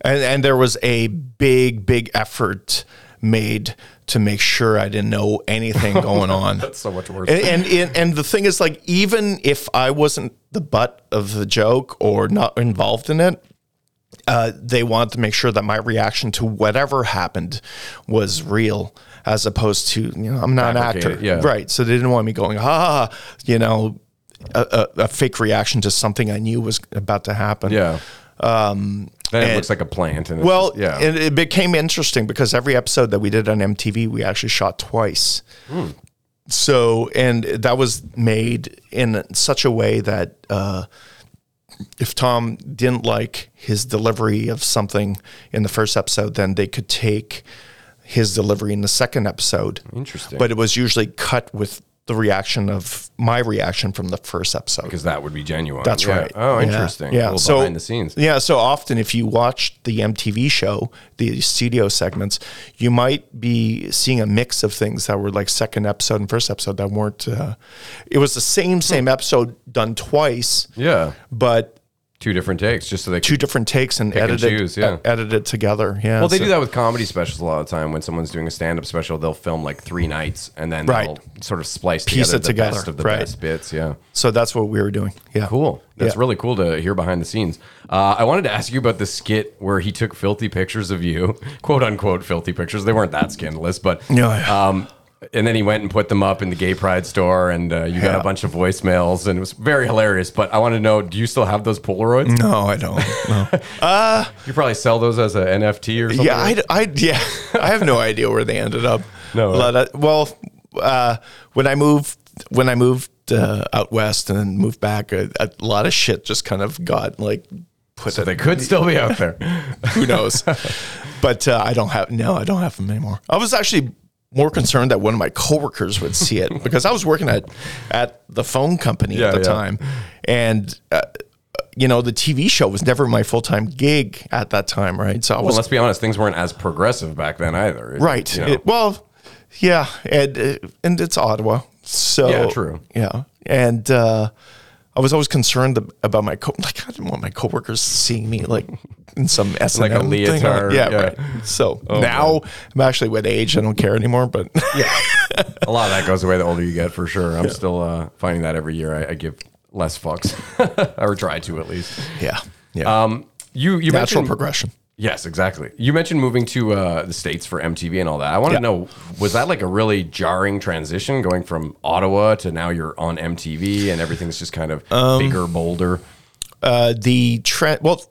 and and there was a big, big effort made to make sure I didn't know anything going on. That's so much worse. and, and and and the thing is like even if i wasn't the butt of the joke or not involved in it uh, they wanted to make sure that my reaction to whatever happened was real as opposed to you know i'm not an actor Fabricated, yeah. right so they didn't want me going ah you know a, a, a fake reaction to something i knew was about to happen yeah. then it um, and- looks like a plant, and it's well, just- yeah. and it became interesting because every episode that we did on MTV, we actually shot twice. Hmm. So, and that was made in such a way that uh, if Tom didn't like his delivery of something in the first episode, then they could take his delivery in the second episode. Interesting. But it was usually cut with the reaction of my reaction from the first episode. because that would be genuine. That's Yeah. right. Oh, Yeah. interesting. A Yeah. little So behind the scenes. Yeah. So often, if you watch the MTV show, the studio segments, you might be seeing a mix of things that were like second episode and first episode that weren't. Uh, it was the same Hmm. same episode done twice, Yeah. but Two different takes, just so they two different takes and and edited choose, yeah. e- edited together. Yeah. Well, they so- do that with comedy specials a lot of the time. When someone's doing a stand-up special, they'll film like three nights and then Right. they'll sort of splice Piece together it the together, best of the right. best bits. Yeah, So that's what we were doing. Yeah. cool. That's Yeah. really cool to hear behind the scenes. Uh, I wanted to ask you about the skit where he took filthy pictures of you, quote unquote filthy pictures. They weren't that scandalous, but No, yeah. Um, and then he went and put them up in the gay pride store, and uh, you got a Yeah. bunch of voicemails, and it was very hilarious. But I want to know, do you still have those Polaroids? No, I don't. No. You probably sell those as a NFT or something. yeah, I, I, yeah, I have no idea where they ended up. No. A lot of- well, uh, when I moved, when I moved uh, out west and then moved back, a, a lot of shit just kind of got like put. so they could still be out there. Who knows? but uh, I don't have. No, I don't have them anymore. I was actually more concerned that one of my coworkers would see it because I was working at at the phone company Yeah, at the yeah. time, and. Uh, you know, the TV show was never my full time gig at that time, right? So I Well, was let's be honest, things weren't as progressive back then either. It- Right. you know, It- well, yeah, and uh, and it's Ottawa, so Yeah, true. Yeah, and uh, I was always concerned ab- about my co- like I didn't want my coworkers seeing me like in some S Like a leotard, Yeah, yeah. Oh, right. So now I'm actually with age, I don't care anymore. But a lot of that goes away the older you get, for sure. I'm still uh, finding that every year. I, I give less fucks, or try to at least. yeah, yeah, Um, you you natural mentioned progression. yes, exactly. You mentioned moving to uh, the states for MTV and all that. I want to Yeah. know was that like a really jarring transition going from Ottawa to now you're on MTV and everything's just kind of Um, bigger, bolder. Uh, the trend. Well,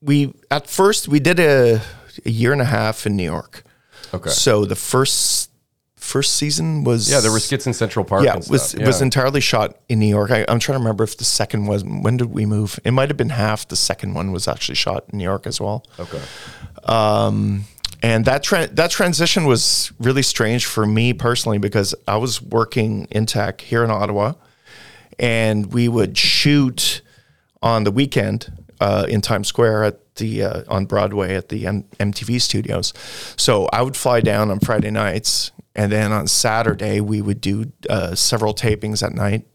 we at first we did a, a year and a half in New York. Okay. So the first first season was yeah, there were skits in Central Park. Yeah, and it was stuff. it was entirely shot in New York. I, I'm trying to remember if the second was when did we move? It might have been half. The second one was actually shot in New York as well. okay. Um, and that tran that transition was really strange for me personally because I was working in tech here in Ottawa, and we would shoot on the weekend uh, in Times Square at the uh, on Broadway at the M- MTV studios. So I would fly down on Friday nights, and then on Saturday we would do uh, several tapings at night,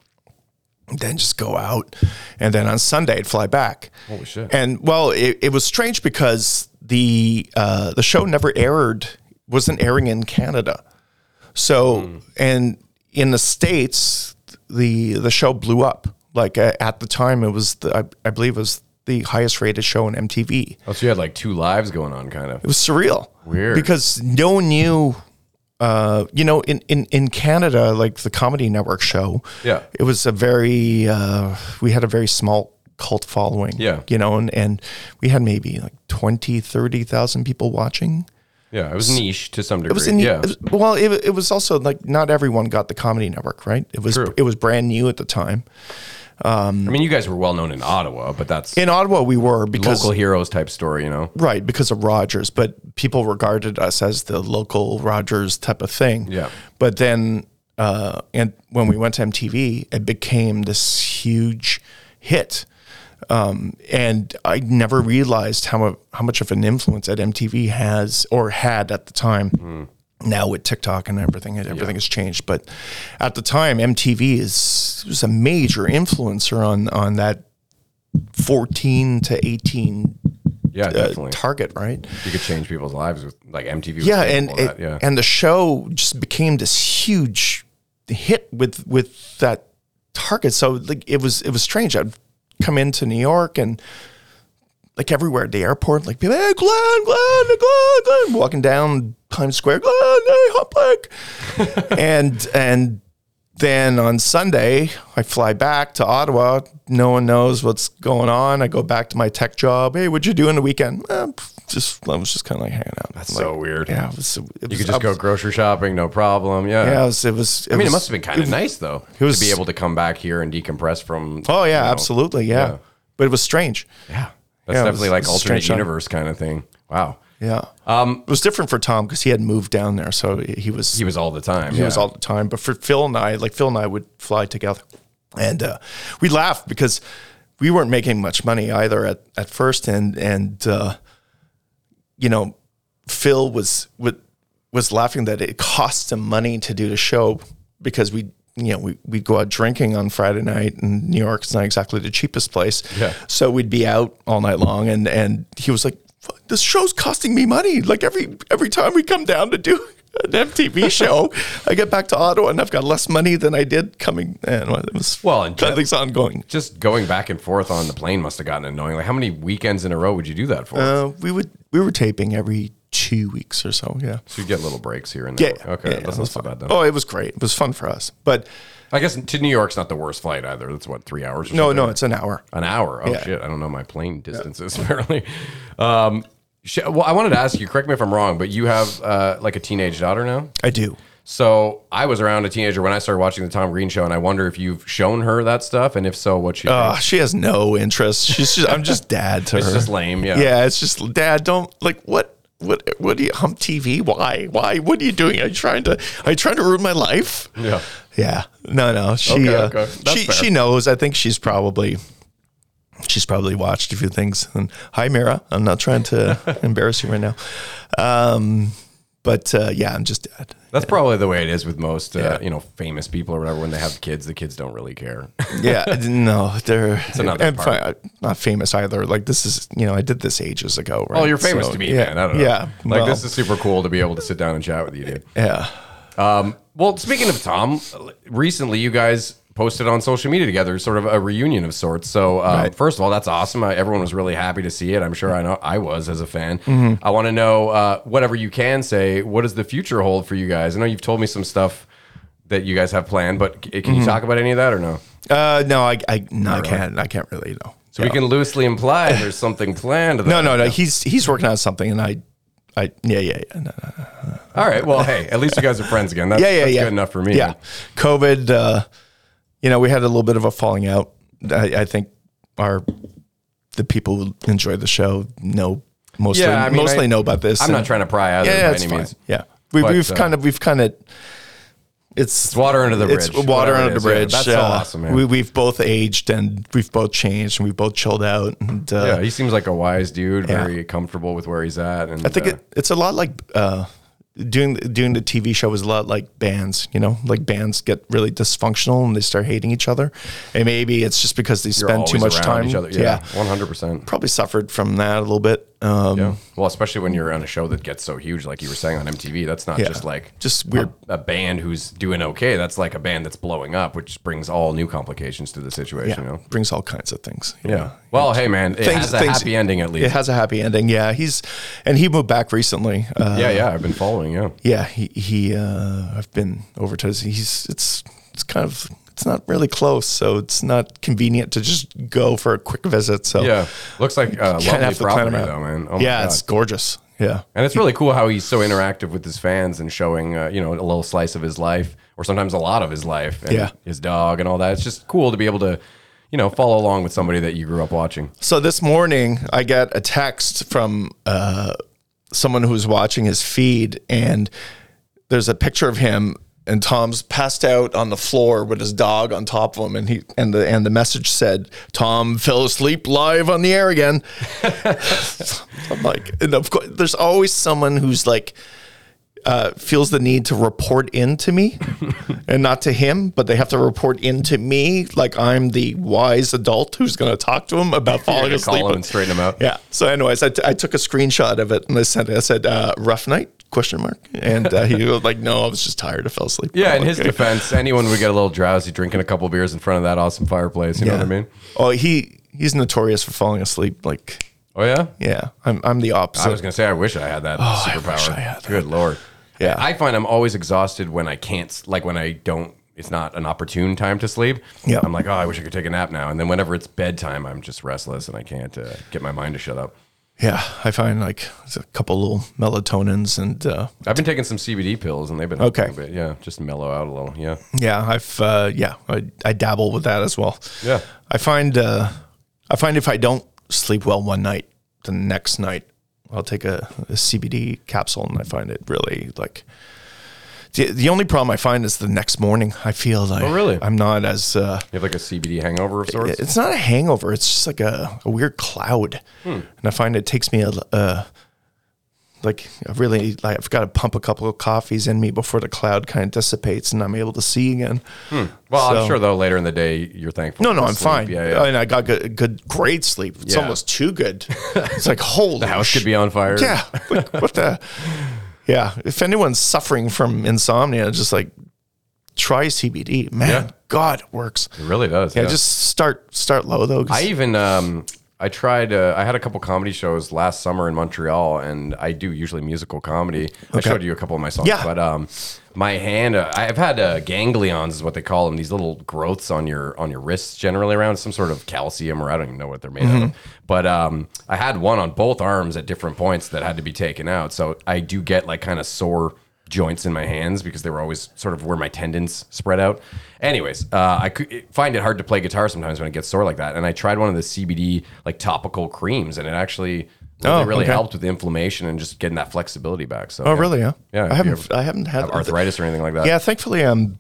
then just go out. And then on Sunday, I'd fly back. Holy shit. And well, it, it was strange because the uh, the show never aired, wasn't airing in Canada. So, Hmm. and in the states, the the show blew up. Like uh, at the time, it was the, I, I believe it was the highest rated show on MTV. Oh, so you had like two lives going on, kind of. It was surreal. Weird. Because no one knew. Uh, you know, in, in, in Canada, like the Comedy Network show, Yeah. it was a very uh, we had a very small cult following. Yeah. you know, and, and we had maybe like 20, 30,000 people watching. Yeah, it was niche to some degree. It was in yeah. it was- well, it, it was also like not everyone got the Comedy Network, right? It was True. it was brand new at the time. I mean, you guys were well known in Ottawa, but that's In Ottawa, we were because local heroes type story, you know? Right, because of Rogers, but people regarded us as the local Rogers type of thing. Yeah. But then, uh, and when we went to MTV, it became this huge hit, um, and I never realized how mu- how much of an influence that MTV has or had at the time. Now with TikTok and everything, and everything has changed. But at the time, MTV is was a major influencer on on that fourteen to eighteen Yeah, uh, definitely. target, right? you could change people's lives with like MTV. was Yeah, and capable of it, that, yeah. and the show just became this huge hit with with that target. So like it was it was strange. I'd come into New York and like everywhere at the airport, like people, hey Glenn, Glenn, Glenn, Glenn, walking down Times Square, Glenn, hey Hoplick, and and then on Sunday, I fly back to Ottawa. No one knows what's going on. I go back to my tech job. Hey, what'd you do in the weekend? "Eh, just I was just kind of like hanging out. That's so weird. Yeah, it was, it was, you could just go grocery shopping, no problem. Yeah. Yeah, it was. It was I mean, it must have been kind of nice though was- to be able to come back here and decompress from. Oh you yeah, know, absolutely. Yeah. yeah. but it was strange. Yeah, that's Yeah, it was- definitely it like was a strange alternate time. universe kind of thing. Wow, Yeah, um, it was different for Tom because he had moved down there, so he was he was all the time. He was all the time. But for Phil and I, like Phil and I would fly together, and uh, we laughed because we weren't making much money either at, at first, and and uh, you know, Phil was would, was laughing that it cost him money to do the show because we. You know, we, we'd go out drinking on Friday night, and New York's not exactly the cheapest place. Yeah. So we'd be out all night long, and and he was like, "Fuck, "This show's costing me money. Like every every time we come down to do an MTV show, I get back to Ottawa and I've got less money than I did coming." And well, it was Well, and kind of Jeff- things ongoing. Just going back and forth on the plane must have gotten annoying. Like, how many weekends in a row would you do that for? Uh, we would we were taping every two weeks or so. Yeah. so you get little breaks here and Yeah. there. okay, yeah, that's it not was so fun. bad though. Oh, it was great. It was fun for us. But I guess to New York's not the worst flight either. That's what three hours. Or no, something? no, it's an hour. An hour. Oh Yeah. shit! I don't know my plane distances apparently. Um, sh- well, I wanted to ask you. Correct me if I'm wrong, but you have uh, like a teenage daughter now. I do. So I was around a teenager when I started watching the Tom Green show, and I wonder if you've shown her that stuff, and if so, what she Uh, thinks. she has no interest. She's just I'm just dad to It's her. just lame. Yeah. yeah, it's just dad. Don't like what. What, what do you hump TV? Why? Why? What are you doing? Are you trying to are you trying to ruin my life? Yeah. Yeah. No, no. She Okay, uh, okay. That's she fair. she knows. I think she's probably she's probably watched a few things. And hi Mira, I'm not trying to embarrass you right now. Um but uh, yeah, I'm just dad. That's probably the way it is with most, uh, you know, famous people or whatever. When they have kids, the kids don't really care. Yeah, no, they're another and part. fi- not famous either. Like this is, you know, I did this ages ago. Right? oh, you're famous So, to me, yeah, man. I don't know. Yeah, Like well, this is super cool to be able to sit down and chat with you, dude. yeah. Well, speaking of Tom, recently you guys posted on social media together, sort of a reunion of sorts. So, um, Right. first of all, that's awesome. I, everyone was really happy to see it. I'm sure I know I was as a fan. Mm-hmm. I want to know uh, whatever you can say. What does the future hold for you guys? I know you've told me some stuff that you guys have planned, but c- Mm-hmm. can you talk about any of that or no? Uh, no, I, I, no, I can't. I can't really. No. So we can loosely imply there's something planned. No, no, no. He's he's working on something, and I, I, yeah, yeah, yeah, no, no. All right. Well, hey, at least you guys are friends again. That's, yeah, yeah, that's yeah. good enough for me. Yeah. man. COVID. Uh, you know, we had a little bit of a falling out. I, I think our the people who enjoy the show know mostly Yeah, I mean, mostly I- know about this. I'm and- not trying to pry either yeah, yeah, by it's any fine. means. Yeah, we, But, we've uh, kind of we've kind of it's, water under the It's bridge, water whatever it under the is. Yeah, bridge. that's so awesome, man. We we've both aged and we've both changed and we've both chilled out and uh, Yeah, he seems like a wise dude, Yeah. very comfortable with where he's at. And I think it, it's a lot like uh, doing doing the TV show was a lot like bands, you know, like bands get really dysfunctional and they start hating each other, and maybe it's just because they You're spend too always much around time. Each other. Yeah, one hundred percent. probably suffered from that a little bit. Um, Yeah. Well, especially when you're on a show that gets so huge, like you were saying on MTV. That's not Yeah. just like Just weird. a, a band who's doing okay. That's like a band that's blowing up, which brings all new complications to the yeah, situation. You know? brings all kinds of things. you know. Yeah. Well, hey man, it Things- has a things- happy ending at It least. has a happy ending. Yeah, he's and he moved back recently. Uh, yeah, yeah. I've been following. Yeah. yeah, he he. Uh, I've been over to his. He's it's it's kind of it's not really close, so it's not convenient to just go for a quick visit. So Yeah. Looks like a kind of lovely Oh. have to plan property around. though, man. Oh my yeah, God. it's gorgeous. Yeah, And it's really cool how he's so interactive with his fans and showing, uh, you know, a little slice of his life or sometimes a lot of his life and Yeah. his dog and all that. It's just cool to be able to, you know, follow along with somebody that you grew up watching. So this morning, I get a text from uh, someone who's watching his feed, and there's a picture of him, and Tom's passed out on the floor with his dog on top of him, and he and the and the message said, "Tom fell asleep live on the air again." I'm like, and of course, there's always someone who's like. Uh, feels the need to report in to me and not to him, but they have to report in to me like I'm the wise adult who's going to talk to him about falling You're gonna asleep. call him and straighten him out. Yeah. So, anyways, I, t- I took a screenshot of it and I sent it. I said, uh, "Rough night?" Question mark. And uh, he was like, "No, I was just tired. I fell asleep." Yeah, I'm in like, his defense, anyone would get a little drowsy drinking a couple beers in front of that awesome fireplace. You know yeah. what I mean? Oh, he he's notorious for falling asleep. Like, Oh yeah. yeah, I'm I'm the opposite. I was gonna say I wish I had that Oh, I superpower. wish I had that. Good lord. Yeah. I find I'm always exhausted when I can't s- like when I don't it's not an opportune time to sleep. Yeah. I'm like, oh, I wish I could take a nap now. And then whenever it's bedtime, I'm just restless and I can't uh, get my mind to shut up. yeah, I find like there's a couple little melatonins and uh, I've been taking some CBD pills and they've been helping Okay. a bit. Yeah, just mellow out a little. Yeah. yeah, I've uh, yeah, I, I dabble with that as well. Yeah. I find uh, I find if I don't sleep well one night, the next night I'll take a, a CBD capsule, and I find it really like the, the only problem I find is the next morning I feel like Oh, really? I'm not as uh, You have like a CBD hangover of sorts. it's not a hangover. It's just like a, a weird cloud, Hmm. and I find it takes me a, uh like I really like I've got to pump a couple of coffees in me before the cloud kind of dissipates and I'm able to see again. well, I'm so- sure though later in the day you're thankful. uh, No, for no, the I'm sleep. fine. Uh, Yeah, yeah. and I got good, good great sleep. It's Yeah. almost too good. It's like holy. The house could be on fire. Yeah, like, what the? Yeah, if anyone's suffering from insomnia, just like try CBD. Man, Yeah. God it works. It really does. Yeah, just start start low though. 'cause- I even um, I tried. Uh, I had a couple comedy shows last summer in Montreal, and I do usually musical comedy. I showed you a couple of my songs, Yeah. but um, my hand. Uh, I've had uh, ganglions, is what they call them. These little growths on your on your wrists, generally around some sort of calcium, or I don't even know what they're made out Mm-hmm. of. But um, I had one on both arms at different points that had to be taken out. So I do get like kind of sore joints in my hands because they were always sort of where my tendons spread out. Anyways, uh, I could it- find it hard to play guitar sometimes when it gets sore like that. And I tried one of the CBD like topical creams, and it actually really, Oh, really okay. helped with the inflammation and just getting that flexibility back. So, oh really? Yeah. Yeah, if I you haven't ever I haven't had have arthritis or anything like that. Yeah, thankfully I'm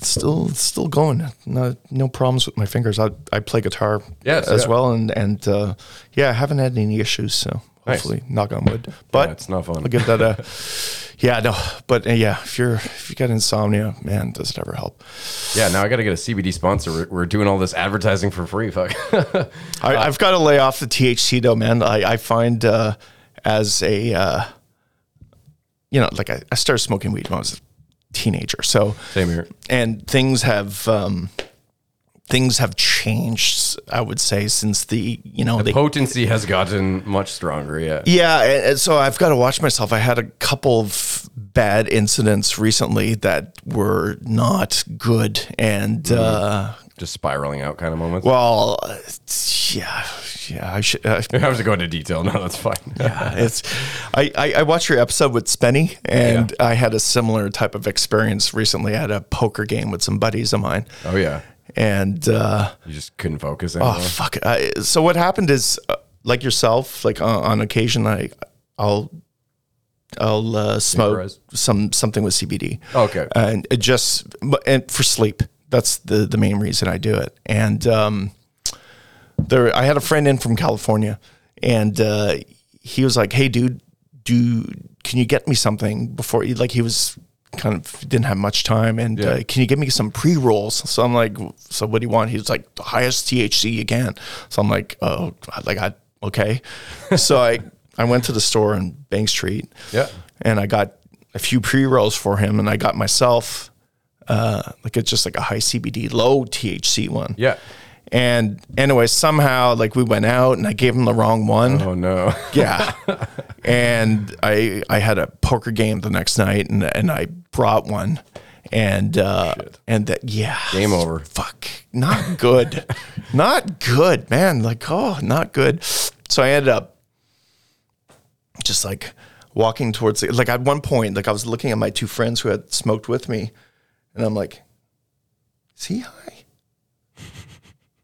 still still going. No no problems with my fingers. I I play guitar Yes, as yeah. well and and uh, yeah, I haven't had any issues. So Nice. hopefully, knock on wood. But it's not fun. I'll give that a yeah no. But uh, yeah, if you're if you got insomnia, man, does it ever help? Yeah, now I got to get a CBD sponsor. We're, we're doing all this advertising for free. Fuck. I, Uh, I've got to lay off the THC though, man. I, I find uh, as a uh, you know, like I, I started smoking weed when I was a teenager, so Same here. and things have um, things have changed. I would say since the you know the Potency has gotten much stronger. Yeah. yeah, and, and so I've got to watch myself. I had a couple of bad incidents recently that were not good, and uh, Just spiraling out kind of moments. well, yeah, yeah, I should. Uh, I have to go into detail. No, that's fine. yeah, it's. I, I, I watched your episode with Spenny, and I had a similar type of experience recently. I had a poker game with some buddies of mine, Oh, yeah. and uh, You just couldn't focus. oh anymore. fuck! I, so what happened is, uh, like yourself, like uh, on, on occasion, I I'll I'll uh, smoke Vaporize. some something with CBD. Okay. and it just but- and for sleep. That's the the main reason I do it. And um, there, I had a friend in from California, and uh, he was like, "Hey, dude, do can you get me something before he like he was kind of didn't have much time and Yeah. uh, can you give me some pre-rolls so i'm like so what do you want he's like the highest thc you can so i'm like oh like i okay so i i went to the store on bank street Yeah. and i got a few pre-rolls for him and i got myself uh like it's just like a high cbd low thc one Yeah. and anyway somehow like we went out and i gave him the wrong one Oh no. yeah. and I I had a poker game the next night and and I brought one. And uh and that yeah. Game over. Fuck. Not good. not good, man. Like, oh, not good. So I ended up just like walking towards the, like at one point, like I was looking at my two friends who had smoked with me, and I'm like, is he high?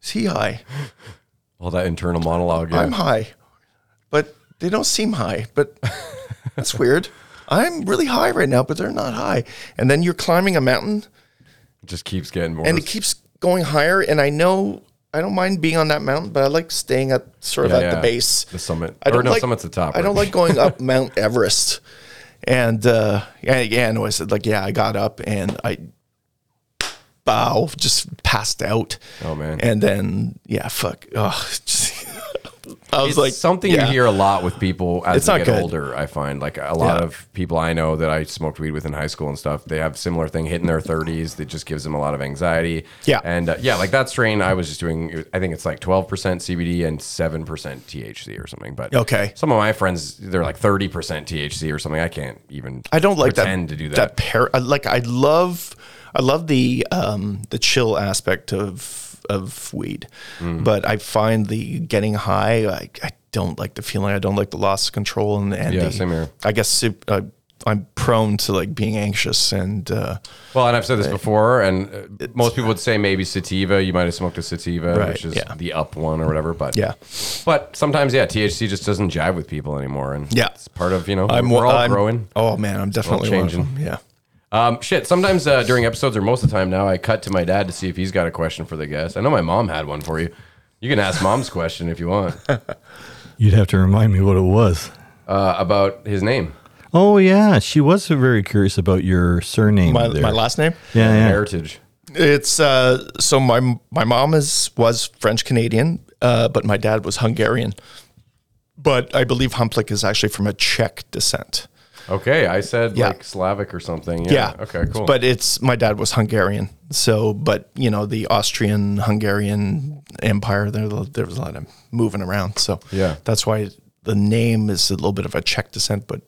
Is he high? All that internal monologue. Yeah. I'm high, but they don't seem high. But that's weird. I'm really high right now, but they're not high. And then you're climbing a mountain, Just keeps getting more. and it keeps going higher. And I know I don't mind being on that mountain, but I like staying at sort of Yeah, at yeah. the base, The summit. I Or don't no, like, summit's the top, I don't right? like going up Mount Everest. And uh, yeah, yeah. And I said like, yeah, I got up and I bow, just passed out. Oh, man. And then yeah, fuck. Oh, I was it's like something yeah. you hear a lot with people as It's they not get good. older. I find like a lot Yeah. of people I know that I smoked weed with in high school and stuff. They have similar thing hitting their thirties that just gives them a lot of anxiety. Yeah. and uh, yeah, like that strain I was just doing. I think it's like twelve percent CBD and seven percent THC or something. But Okay. some of my friends they're like thirty percent THC or something. I can't even. I don't like that. pretend to do That that. pair, I like I love, I love the um, the chill aspect of of weed, Mm. but I find the getting high. I, I don't like the feeling. I don't like the loss of control and, and Yeah, the- same here. I guess sup- uh, I'm prone to like being anxious and uh, Well, and I've said this before, and uh, most people would say maybe sativa. You might have smoked a sativa, Right, which is yeah. the up one or whatever. But yeah. But sometimes, yeah, THC just doesn't jive with people anymore, and Yeah. it's part of you know I'm we're all I'm- growing. Oh man, I'm definitely one of changing. them. Yeah. Um, shit. Sometimes uh, during episodes, or most of the time now, I cut to my dad to see if he's got a question for the guest. I know my mom had one for you. You can ask mom's question if you want uh, You'd have to remind me what it was. about his name, Oh yeah, she was very curious about your surname. My, there. my last name. yeah, yeah. heritage. It's uh, so my my mom is was French Canadian, uh, but my dad was Hungarian. But I believe Humplick is actually from a Czech descent. Okay, I said Yeah. like Slavic or something. Yeah. Yeah. Okay. Cool. But it's my dad was Hungarian, so but you know the Austrian Hungarian Empire there there was a lot of moving around, so Yeah. that's why the name is a little bit of a Czech descent, but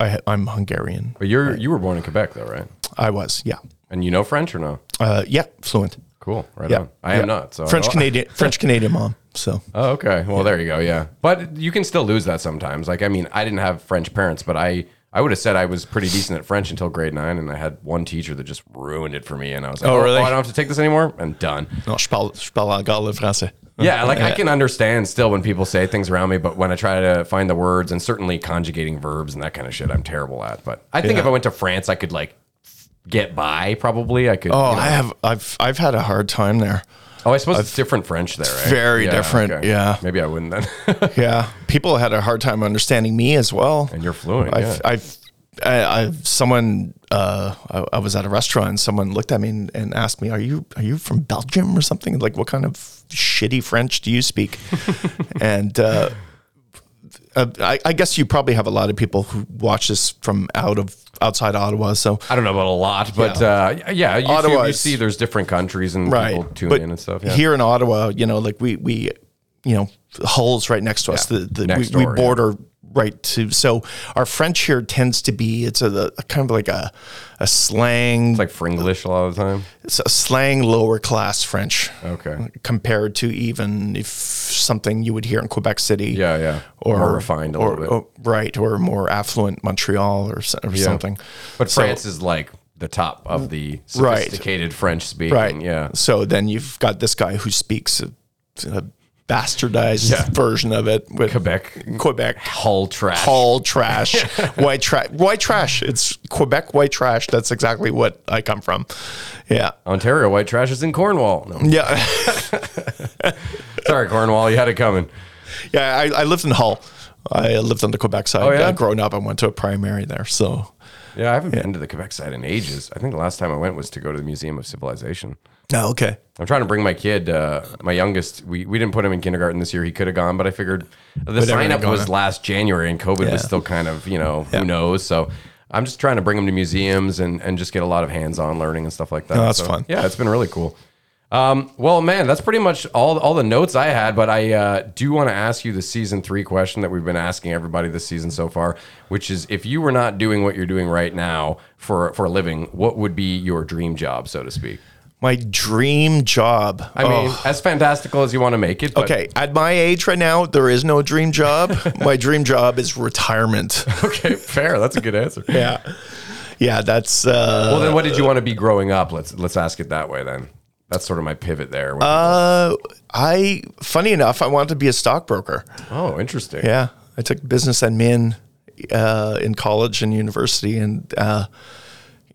I I'm Hungarian. but you're you were born in Quebec though, right? I was, yeah, And you know French or no? uh, yeah, fluent. Cool. Right Yeah, on. I yeah. am not. So I French don't- Canadian French Canadian mom. So Oh, okay. Well, there you go. Yeah, but you can still lose that sometimes. Like, I mean, I didn't have French parents, but I I would have said I was pretty decent at French until grade nine, and I had one teacher that just ruined it for me, and I was like, Oh, oh, really? oh, I don't have to take this anymore. I'm done. no, je parle, je parle encore le français. Yeah, like I can understand still when people say things around me, but when I try to find the words and certainly conjugating verbs and that kind of shit, I'm terrible at. But I think if I went to France, I could like get by. Probably I could. Oh, you know- I have I've I've had a hard time there. oh, I suppose it's different French there. Right? very different, yeah. Maybe I wouldn't then. Yeah, people had a hard time understanding me as well. and you're fluent. I've, yeah. I've, I, I've, someone, uh, I, I was at a restaurant and someone looked at me and, and asked me, are you, are you from Belgium or something? Like, what kind of shitty French do you speak? and, uh, uh, I, I guess you probably have a lot of people who watch this from out of outside Ottawa. So, I don't know about a lot, but uh, yeah, you, Ottawa see, you is- see there's different countries and right, people tune in and stuff. Yeah. Here in Ottawa, you know, like we we, you know, Hull's right next to us. Yeah, The, the next we, door, we yeah. border right to. So our French here tends to be it's a, a kind of like a a slang it's like Fringlish a lot of the time. it's a slang lower class French. Okay. Compared to even if something you would hear in Quebec City. Yeah, yeah. Or More refined a or, little bit. or- right, or more affluent Montreal or, so- or Yeah. something. But So- France is like the top of the Right. sophisticated French speaking. Right. Yeah. So then you've got this guy who speaks a, a bastardized version of it with Quebec Quebec hull trash. all trash, white trash, white trash. It's Quebec white trash. That's exactly what I come from. Yeah. Ontario white trash is in Cornwall. No, Yeah. sorry, Cornwall, you had it coming. Yeah, I, I lived in Hull I lived on the Quebec side. Oh, yeah? uh, growing up, I went to a primary there. So, Yeah, I haven't been to the Quebec side in ages. I think the last time I went was to go to the Museum of Civilization. no, okay. I'm trying to bring my kid, uh, my youngest. We, we didn't put him in kindergarten this year. He could have gone, but I figured the sign up everything was going- last January and COVID Yeah. was still kind of, you know, Yeah. who knows. So I'm just trying to bring him to museums and, and just get a lot of hands on learning and stuff like that. No, that's So, fun. Yeah, it's been really cool. Um, well, man, that's pretty much all, all the notes I had, but I uh, do want to ask you the season three question that we've been asking everybody this season so far, which is if you were not doing what you're doing right now for, for a living, what would be your dream job, so to speak? My dream job. Oh, I mean, as fantastical as you want to make it. But okay. At my age right now, there is no dream job. my dream job is retirement. Okay, fair. That's a good answer. yeah. Yeah. That's, uh, Well, then, what did you want to be growing up? Let's let's ask it that way. Then that's sort of my pivot there. When- uh, I, funny enough, I wanted to be a stockbroker. oh, interesting. Yeah, I took business admin uh, in college and university, and uh,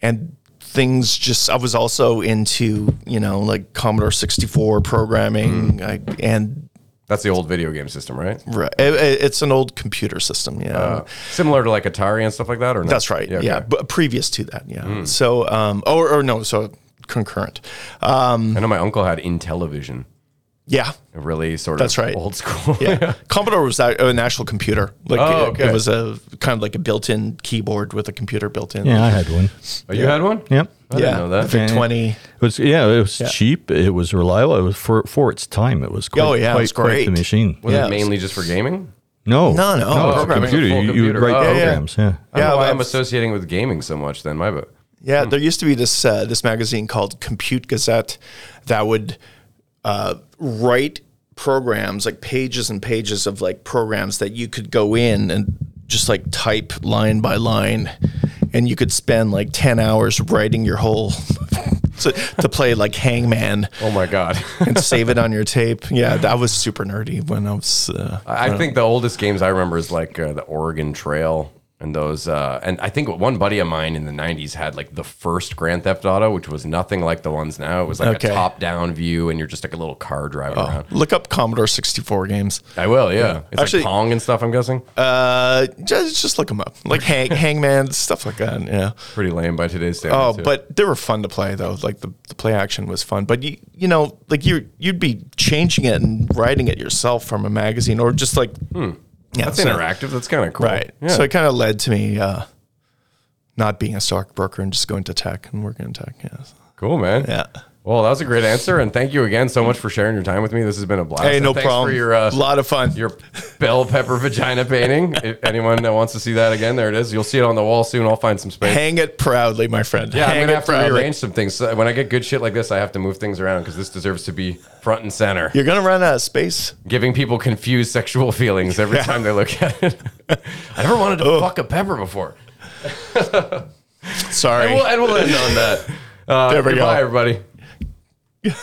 and things just. I was also into you know like Commodore sixty four programming, I, and That's the old video game system, right? re- it, it- it's an old computer system. Yeah, Uh, similar to like Atari and stuff like that, or no? that's right. Yeah, okay. but previous to that, yeah. So, um, or or no, so concurrent. Um, I know my uncle had Intellivision. yeah. A Really, sort That's of right. old school. Yeah, Commodore was a- an actual computer. Like Oh, it- it, okay. was a kind of like a built-in keyboard with a computer built in. Yeah, I had one. Oh, you had one? Yep. I didn't know that. the VIC Yeah. twenty. It was yeah, it was cheap. It was reliable. It was for for its time. It was quite, Oh, yeah, it quite, was quite the great. machine. Was Yeah, it it was- mainly just for gaming? No, No, no, no. It's a programming, computer. full You, you would computer. write Oh, yeah, yeah. programs. Yeah. I don't Yeah, know why well, I'm Hmm. that's- associating with gaming so much. Then my but Yeah, there used to be this uh, this magazine called Compute Gazette that would uh, write programs like pages and pages of like programs that you could go in and just like type line by line, and you could spend like ten hours writing your whole to, to play like Hangman Oh my god. and save it on your tape. Yeah, that was super nerdy when I was. Uh, I think the oldest games I remember is like uh, the Oregon Trail and those. Uh, and I think one buddy of mine in the '90s had like the first Grand Theft Auto, which was nothing like the ones now. It was like Okay. Oh. a top-down view, and you're just like a little car driving around. look up Commodore sixty four games. I will, yeah. It's Actually- like Pong and stuff. I'm guessing. Uh, just just look them up, like hang, Hangman stuff like that. Yeah. Pretty lame by today's Oh, standards. yeah. but they were fun to play though. Like the, the play action was fun, but you you know like you you'd be changing it and writing it yourself from a magazine or just like yeah, Hmm. that's so- interactive. That's kind of cool, right? Yeah. So it kind of led to me uh, not being a stockbroker and just going to tech and working in tech. Yeah, cool, man. yeah. Well, that was a great answer, and thank you again so much for sharing your time with me. This has been a blast. Hey, And no thanks problem. For your uh, a lot of fun. your bell pepper vagina painting. if anyone that wants to see that again, there it is. You'll see it on the wall soon. I'll find some space. Hang it proudly, my friend. Yeah, Hang I'm gonna it have to proudly. rearrange some things. So when I get good shit like this, I have to move things around because this deserves to be front and center, You're gonna run out of space. giving people confused sexual feelings every time they look at it. I never wanted to fuck a pepper before. Sorry. And we'll, and we'll end on that. Uh, There we go. goodbye, everybody.